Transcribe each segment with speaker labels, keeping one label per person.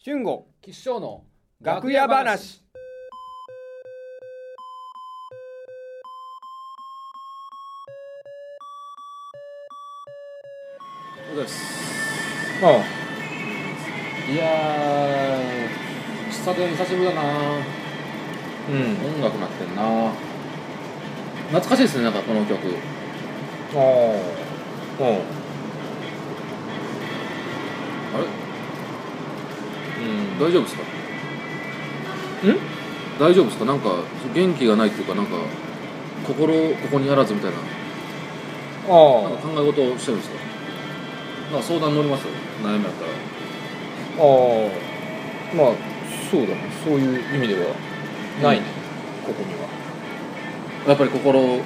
Speaker 1: 俊吾
Speaker 2: 吉祥の
Speaker 1: 楽屋話
Speaker 2: そうです
Speaker 1: あ
Speaker 2: いやー喫茶店久しぶりだな
Speaker 1: うん
Speaker 2: 音楽なってんな懐かしいですねなんかこの曲
Speaker 1: ああうん
Speaker 2: あれ
Speaker 1: うん
Speaker 2: 大丈夫ですか
Speaker 1: うん
Speaker 2: 大丈夫ですかなんか元気がないっていうかなんか心ここにあらずみたいななん
Speaker 1: あ
Speaker 2: か考え事をしてるんですかなんか相談乗りますよ悩みあったら
Speaker 1: あああまあそうだねそういう意味ではないね、ここには
Speaker 2: やっぱり心こ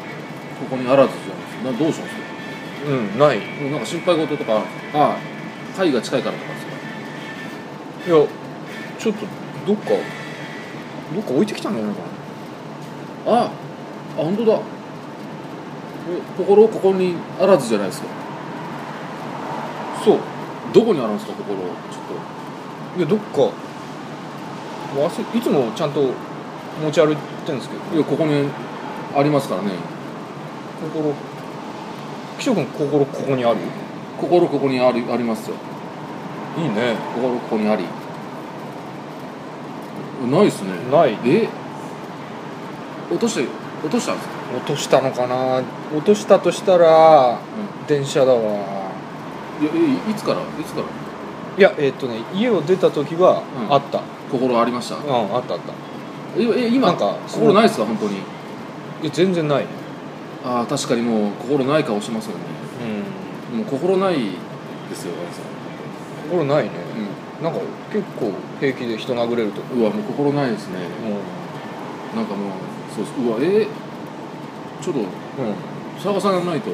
Speaker 2: こにあらずじゃないですかなどうしますか
Speaker 1: うんないい
Speaker 2: もうなんか心配事とかあるんですかああ会が近いからとかですか
Speaker 1: やちょっとどっかどっか置いてきたんじゃないかな
Speaker 2: あああ本当だこれ心ここにあらずじゃないですか
Speaker 1: そう
Speaker 2: どこにあるんですか心ちょっ
Speaker 1: いやどっか忘れいつもちゃんと持ち歩いてるんですけど
Speaker 2: といやここにありますからね
Speaker 1: 心貴く君心ここにある
Speaker 2: 心ここにありありますよ
Speaker 1: いいね
Speaker 2: 心ここにありないですね
Speaker 1: ない
Speaker 2: え落として落としたんですか
Speaker 1: 落としたのかな落としたとしたら電車だわ
Speaker 2: いやえいつからいつから
Speaker 1: いやえっ、とね家を出た時は
Speaker 2: うん
Speaker 1: あった、
Speaker 2: 心ありました
Speaker 1: うんあったあった
Speaker 2: ええ今
Speaker 1: なんか
Speaker 2: 心ないですか本当に
Speaker 1: いや全然ないね
Speaker 2: ああ確かにもう心ない顔してますよね
Speaker 1: うん
Speaker 2: もう心ないですよ私
Speaker 1: 心ないね、
Speaker 2: う
Speaker 1: なんか結構平気で人殴れるとか
Speaker 2: んうわもう心ないですね
Speaker 1: も
Speaker 2: なんかもうそうですうわえー、ちょっと
Speaker 1: う、うん
Speaker 2: 探さないと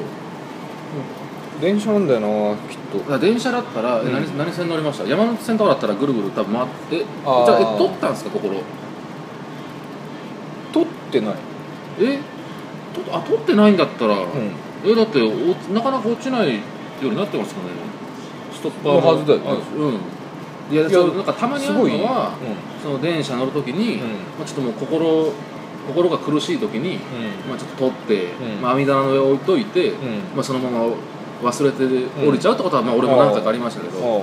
Speaker 1: 電車なんだよなきっと
Speaker 2: あ電車だったら、え
Speaker 1: うん
Speaker 2: 何何線乗りました山手線とかだったらぐるぐる多分回って
Speaker 1: あー
Speaker 2: じゃあえ取ったんですか心
Speaker 1: 取ってない、
Speaker 2: えとあ取ってないんだったら、
Speaker 1: うん、
Speaker 2: えだっておなかなか落ちないようになってますかねストッパー
Speaker 1: のはずだよね
Speaker 2: あうんいや
Speaker 1: いや
Speaker 2: そうなんかたまにあ
Speaker 1: す
Speaker 2: る
Speaker 1: ごい
Speaker 2: のはその電車乗るときに、
Speaker 1: うん
Speaker 2: まあ、ちょっともう心心が苦しいときに、
Speaker 1: う
Speaker 2: まあ、ちょっと取って、
Speaker 1: うん
Speaker 2: まあ、網棚の上置いといて、
Speaker 1: んうん
Speaker 2: まあ、そのまま忘れて降りちゃうってことは、まあ、俺も何回かありましたけど、うん、
Speaker 1: あ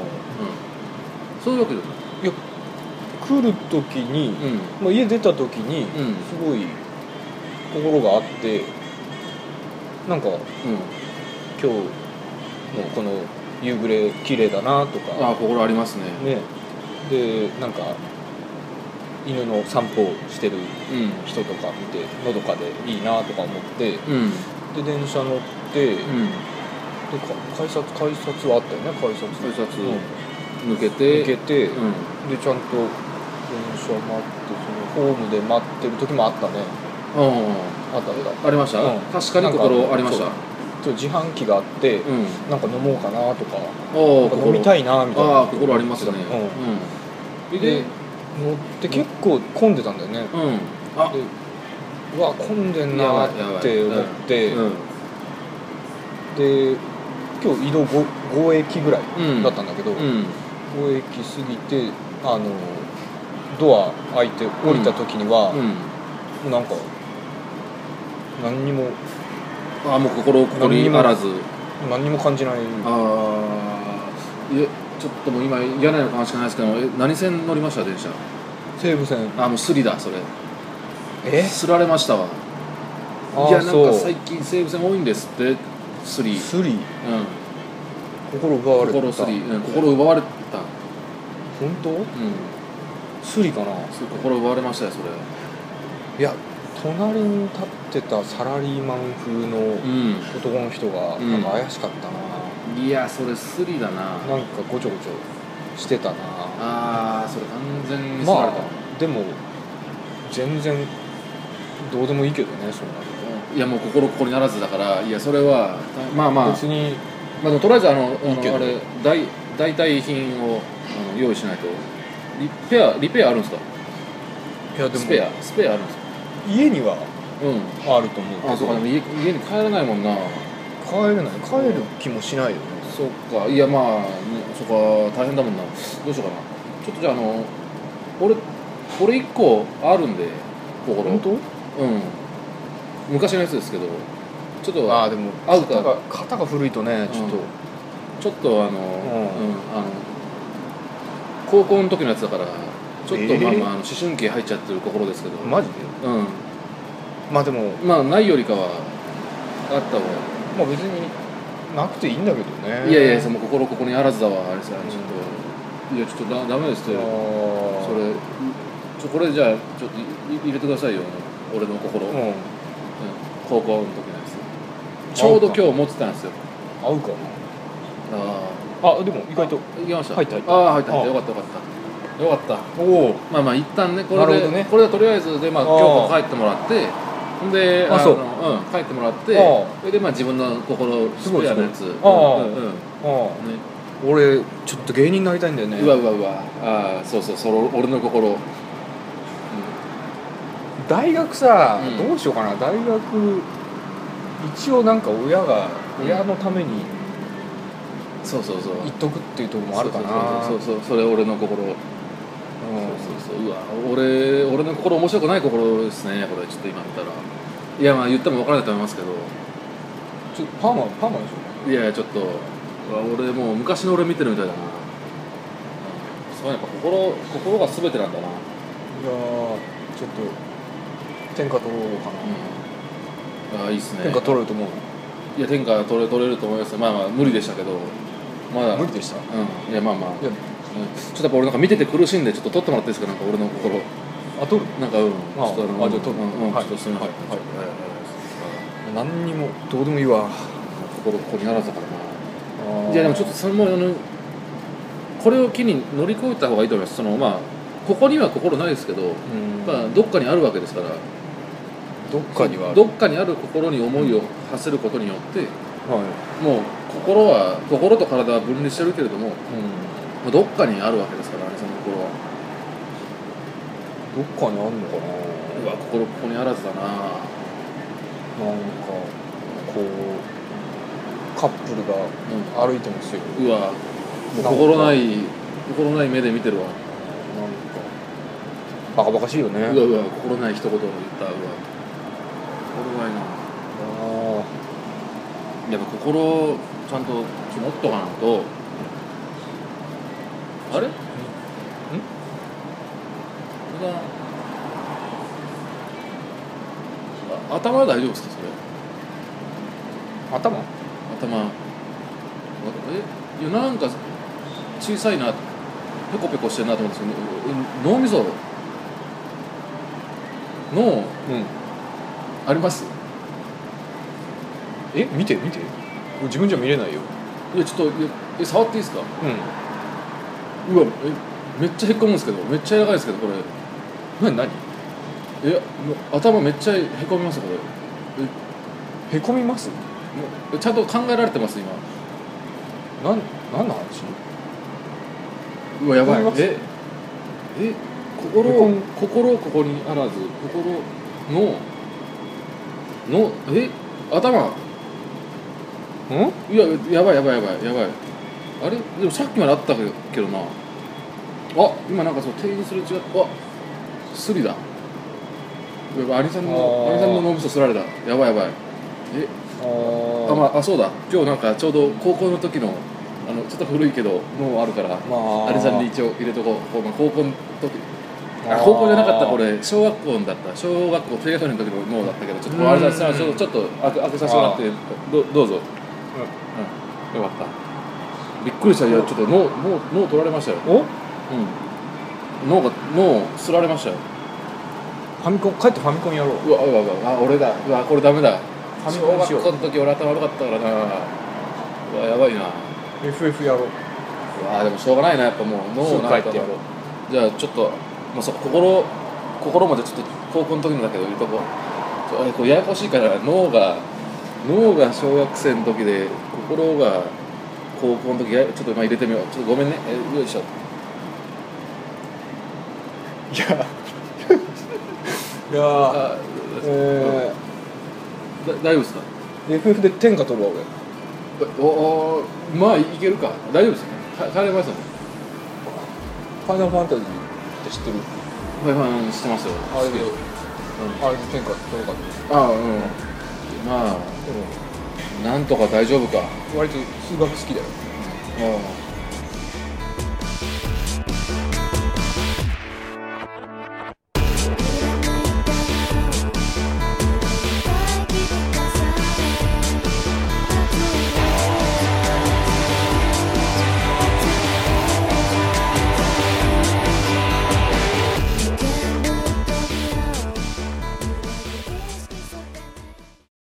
Speaker 2: そういうわけじゃない
Speaker 1: あ来る時に、まあ、家出た時に、
Speaker 2: うんう
Speaker 1: すご
Speaker 2: ん
Speaker 1: い心があってなんか今日のこの夕暮れ綺麗だなと
Speaker 2: あ
Speaker 1: か
Speaker 2: あ心ありますね
Speaker 1: ねでなんか犬の散歩をしてる
Speaker 2: う
Speaker 1: 人とか見てのどかでいいなとか思ってで
Speaker 2: んうん
Speaker 1: 電車乗って、で
Speaker 2: うん
Speaker 1: か改札改札はあったよね改札
Speaker 2: 改札
Speaker 1: うん
Speaker 2: 抜けて
Speaker 1: 抜けて、
Speaker 2: うん
Speaker 1: でちゃんと電車待ってそのホームで待ってる時もあったね
Speaker 2: あ
Speaker 1: あったあった
Speaker 2: あありました、
Speaker 1: うん
Speaker 2: 確かに
Speaker 1: なん
Speaker 2: 心
Speaker 1: か
Speaker 2: ありました
Speaker 1: そうちょっと自販機があって、
Speaker 2: うん
Speaker 1: なんか飲もうかなとか
Speaker 2: あ
Speaker 1: なんか飲みた
Speaker 2: い
Speaker 1: いなみたいな
Speaker 2: ああ心ありますね
Speaker 1: うん
Speaker 2: うん
Speaker 1: で
Speaker 2: で
Speaker 1: 乗って結構混んでたんだよね
Speaker 2: うんあ
Speaker 1: でうわ混んでんなーって思って、
Speaker 2: うん
Speaker 1: で今日移動 5, 5駅ぐらい
Speaker 2: うん
Speaker 1: だったんだけど、
Speaker 2: うん
Speaker 1: 5駅過ぎてあのドア開いて降りた時には、
Speaker 2: うん
Speaker 1: なんか何にも
Speaker 2: ああもう心ここにあらず
Speaker 1: 何にも感じない
Speaker 2: ああいえちょっともう今嫌な予感しかないですけどえ何線乗りました電車
Speaker 1: 西武線
Speaker 2: あもうスリだそれ
Speaker 1: え
Speaker 2: すられましたわ
Speaker 1: あ
Speaker 2: いや
Speaker 1: あ
Speaker 2: なん
Speaker 1: そ
Speaker 2: か
Speaker 1: う
Speaker 2: 最近西武線多いんですってスリ
Speaker 1: スリ
Speaker 2: うん
Speaker 1: 心奪われた
Speaker 2: 心スリうん心奪われた
Speaker 1: 本当
Speaker 2: うん
Speaker 1: スリかな
Speaker 2: そう心奪われましたよそれ
Speaker 1: いや隣に立ってたサラリーマン風の
Speaker 2: うん
Speaker 1: 男の人が
Speaker 2: うん
Speaker 1: なんか怪しかったな、
Speaker 2: いやそれスリだ
Speaker 1: な
Speaker 2: な
Speaker 1: んかごちょごちょしてたな
Speaker 2: ああそれ完全にスラ
Speaker 1: ま
Speaker 2: れた、
Speaker 1: あでも全然どうでもいいけどねそんな
Speaker 2: うんいやもう心ここにならずだからいやそれはまあまあ
Speaker 1: の、別に
Speaker 2: まあ、でもとりあえずあのあ
Speaker 1: いいけ
Speaker 2: の
Speaker 1: ど
Speaker 2: あれ代代替品をあの用意しないとリペアリペアあるんですか
Speaker 1: いやで
Speaker 2: スペアスペアあるんですか
Speaker 1: 家には
Speaker 2: うん
Speaker 1: あると思うけど
Speaker 2: あそうかでも家家に帰らないもんな
Speaker 1: 帰れない帰る気もしないよね
Speaker 2: そっかいやまあ、ね、そっか大変だもんなどうしようかなちょっとじゃああの俺俺1個あるんで心
Speaker 1: 本当
Speaker 2: うん昔のやつですけどちょっ
Speaker 1: ああ
Speaker 2: と
Speaker 1: でも
Speaker 2: 合うか
Speaker 1: 肩が肩が古いとねちょっと、
Speaker 2: うんちょっとあの、
Speaker 1: ん
Speaker 2: うんあの高校の時のやつだからちょっと、
Speaker 1: えー
Speaker 2: まあまああの思春期入っちゃってる心ですけど、
Speaker 1: マジで
Speaker 2: うん
Speaker 1: まあでも
Speaker 2: まあないよりかはあったわ、
Speaker 1: まあ別になくていいんだけどね
Speaker 2: いやいやそ
Speaker 1: そ
Speaker 2: の心ここにあらずだわあれさちょっと、いやちょっとだダメですよそ
Speaker 1: そ
Speaker 2: れちょこれじゃあちょっといい入れてくださいよ俺の心、うん
Speaker 1: うん
Speaker 2: 高校の時のやつちょうど今日持ってたんですよ
Speaker 1: 合うか
Speaker 2: あ
Speaker 1: なあでも意外と
Speaker 2: あいけました
Speaker 1: 入った入った
Speaker 2: ああ入った入った
Speaker 1: あ
Speaker 2: よかったよかったよかった
Speaker 1: おお
Speaker 2: まあまあ一旦ねこ
Speaker 1: なる
Speaker 2: れ
Speaker 1: ほ
Speaker 2: で
Speaker 1: どね
Speaker 2: これでとりあえずでまあ
Speaker 1: あ
Speaker 2: 今
Speaker 1: ー
Speaker 2: 日も帰ってもらってほんで
Speaker 1: あ
Speaker 2: の
Speaker 1: そう
Speaker 2: うん帰ってもらっ
Speaker 1: あ
Speaker 2: て
Speaker 1: ー
Speaker 2: それでまあ自分の心
Speaker 1: すごい
Speaker 2: スペアのやつ
Speaker 1: ごいあー
Speaker 2: うんうんう
Speaker 1: あ
Speaker 2: んね
Speaker 1: あ俺ちょっと芸人になりたいんだよね
Speaker 2: うわうわうわああそうそうそれ俺の心、うん
Speaker 1: 大学さ、
Speaker 2: うん
Speaker 1: どうしようかな大学一応なんか親が
Speaker 2: うん
Speaker 1: 親のために
Speaker 2: そうそうそう
Speaker 1: 言っとくっていうところもあるかな
Speaker 2: そうそうそうそうそれ俺の心そうそうそううわ俺俺の心面白くない心ですねこれちょっと今見たらいやまあ言っても分からないと思いますけど
Speaker 1: うんちょっとパーマパーマでし
Speaker 2: いやいやちょっとうわ俺もう昔の俺見てるみたいだなそうやっぱ心心が全てなんだな、
Speaker 1: ょいやーちょっと天下取ろうかな、
Speaker 2: うん、ああいいっすね
Speaker 1: 天下取れると思う
Speaker 2: いや天下取れ取れると思いますよまあまあ無理でしたけどまだ
Speaker 1: 無理でしたい
Speaker 2: うんいやまあまあ、うんちょ
Speaker 1: や
Speaker 2: っとやっぱ俺なんか見てて苦しいんでちょっと取ってもらっていいですかなんか俺の心
Speaker 1: あ取る
Speaker 2: なんかう
Speaker 1: あ
Speaker 2: んちょっとの
Speaker 1: あじゃあ撮る
Speaker 2: うんうんちょ
Speaker 1: はい
Speaker 2: っとすみません
Speaker 1: はい
Speaker 2: ちょっと
Speaker 1: は
Speaker 2: はい
Speaker 1: 何にもどうでもいいわ
Speaker 2: 心ここにあらずだからな
Speaker 1: あー
Speaker 2: いやでもちょっとそれもあのこれを機に乗り越えた方がいいと思いますそのまあここには心ないですけど、
Speaker 1: うん
Speaker 2: まあ、どっかにあるわけですから
Speaker 1: どっかにはある
Speaker 2: どっかにある心に思いを馳せることによって
Speaker 1: は
Speaker 2: もう心は心と体は分離してるけれども
Speaker 1: い、うん
Speaker 2: まあどっかにあるわけですからねその心は
Speaker 1: どっかにあんのか
Speaker 2: うわ心ここにあらずだな
Speaker 1: ななんかこうカップルが歩いてますよ
Speaker 2: うんうわもう心ない心ない目で見てるわ
Speaker 1: なんかバカバカしいよね
Speaker 2: うわうわ心ない一言を言ったうわ心ないな
Speaker 1: あ
Speaker 2: やっぱ心をちゃんと持っとかないとあれんあ頭は大丈夫ですかそれ
Speaker 1: ー頭
Speaker 2: 頭わえいやなんか小さいなペコペコしてるなと思うんですけどえ脳みそ脳
Speaker 1: うん
Speaker 2: あります
Speaker 1: え見て見て自分じゃ見れないよ
Speaker 2: いやちょっといやえ触っていいですか
Speaker 1: う
Speaker 2: うわえめっちゃへっこむんですけどめっちゃ柔らかいですけどこれ
Speaker 1: ん何何
Speaker 2: えもう頭めっちゃへこみますこれ
Speaker 1: へこみます
Speaker 2: もうえちゃんと考えられてます今
Speaker 1: なん何の話
Speaker 2: うわやばい
Speaker 1: へこみます
Speaker 2: ええ心
Speaker 1: へこむ
Speaker 2: 心ここにあらず心ののえ頭
Speaker 1: うん
Speaker 2: いややばいやばいやばいやばいあれでもさっきまであったけどけどなあ今なんかそう店員すれ違ったあスリだやばい兄さんの
Speaker 1: あー
Speaker 2: 兄さんの脳みそすられたやばいやばいえ
Speaker 1: あ
Speaker 2: あ,、まあ、あそうだ今日なんかちょうど高校の時のあのちょっと古いけど脳あるから
Speaker 1: まあ
Speaker 2: 兄さんに一応入れとこうこうまあ高校の時あ高校じゃなかったこれ小学校だった小学校低学年の時の脳だったけどちょっともうあれだ
Speaker 1: うん
Speaker 2: ちょっとちょっと開け開けさせてもらってどどうぞうん、よかったびっくりしたいやちょっと脳脳脳取られましたよ、
Speaker 1: お
Speaker 2: うん、脳が脳すられましたよ
Speaker 1: ファミコン帰ってファミコンやろう
Speaker 2: うわうわうわあ俺だうわこれダメだ
Speaker 1: ファミ
Speaker 2: 小
Speaker 1: コンにしよ
Speaker 2: 学
Speaker 1: う
Speaker 2: 校の時俺頭悪かったからなうわやばいな
Speaker 1: FF やろう
Speaker 2: うわでもしょうがないなやっぱもう脳なん
Speaker 1: すぐ帰
Speaker 2: か
Speaker 1: ってやろう
Speaker 2: じゃあちょっと、まあ、そう心心までちょっと高校の時のだけど入れとこうちょあれこうややこしいから脳が脳が小学生の時で心が高校の時やちょっとまあ入れてみようちょっとごめんねえよいしょ
Speaker 1: いやいや
Speaker 2: あ
Speaker 1: え
Speaker 2: だ大丈夫ですか
Speaker 1: ー、FF で天下取るわ俺
Speaker 2: おおまあいけるか大丈夫ですかか帰れますよね
Speaker 1: ファイナルファンタジーって知ってる
Speaker 2: ファイファンしてますよ
Speaker 1: あれで、
Speaker 2: うん
Speaker 1: あれで天下取れなかった
Speaker 2: ああうんまあ
Speaker 1: でも
Speaker 2: なんとか大丈夫か
Speaker 1: 割と数学好きだよ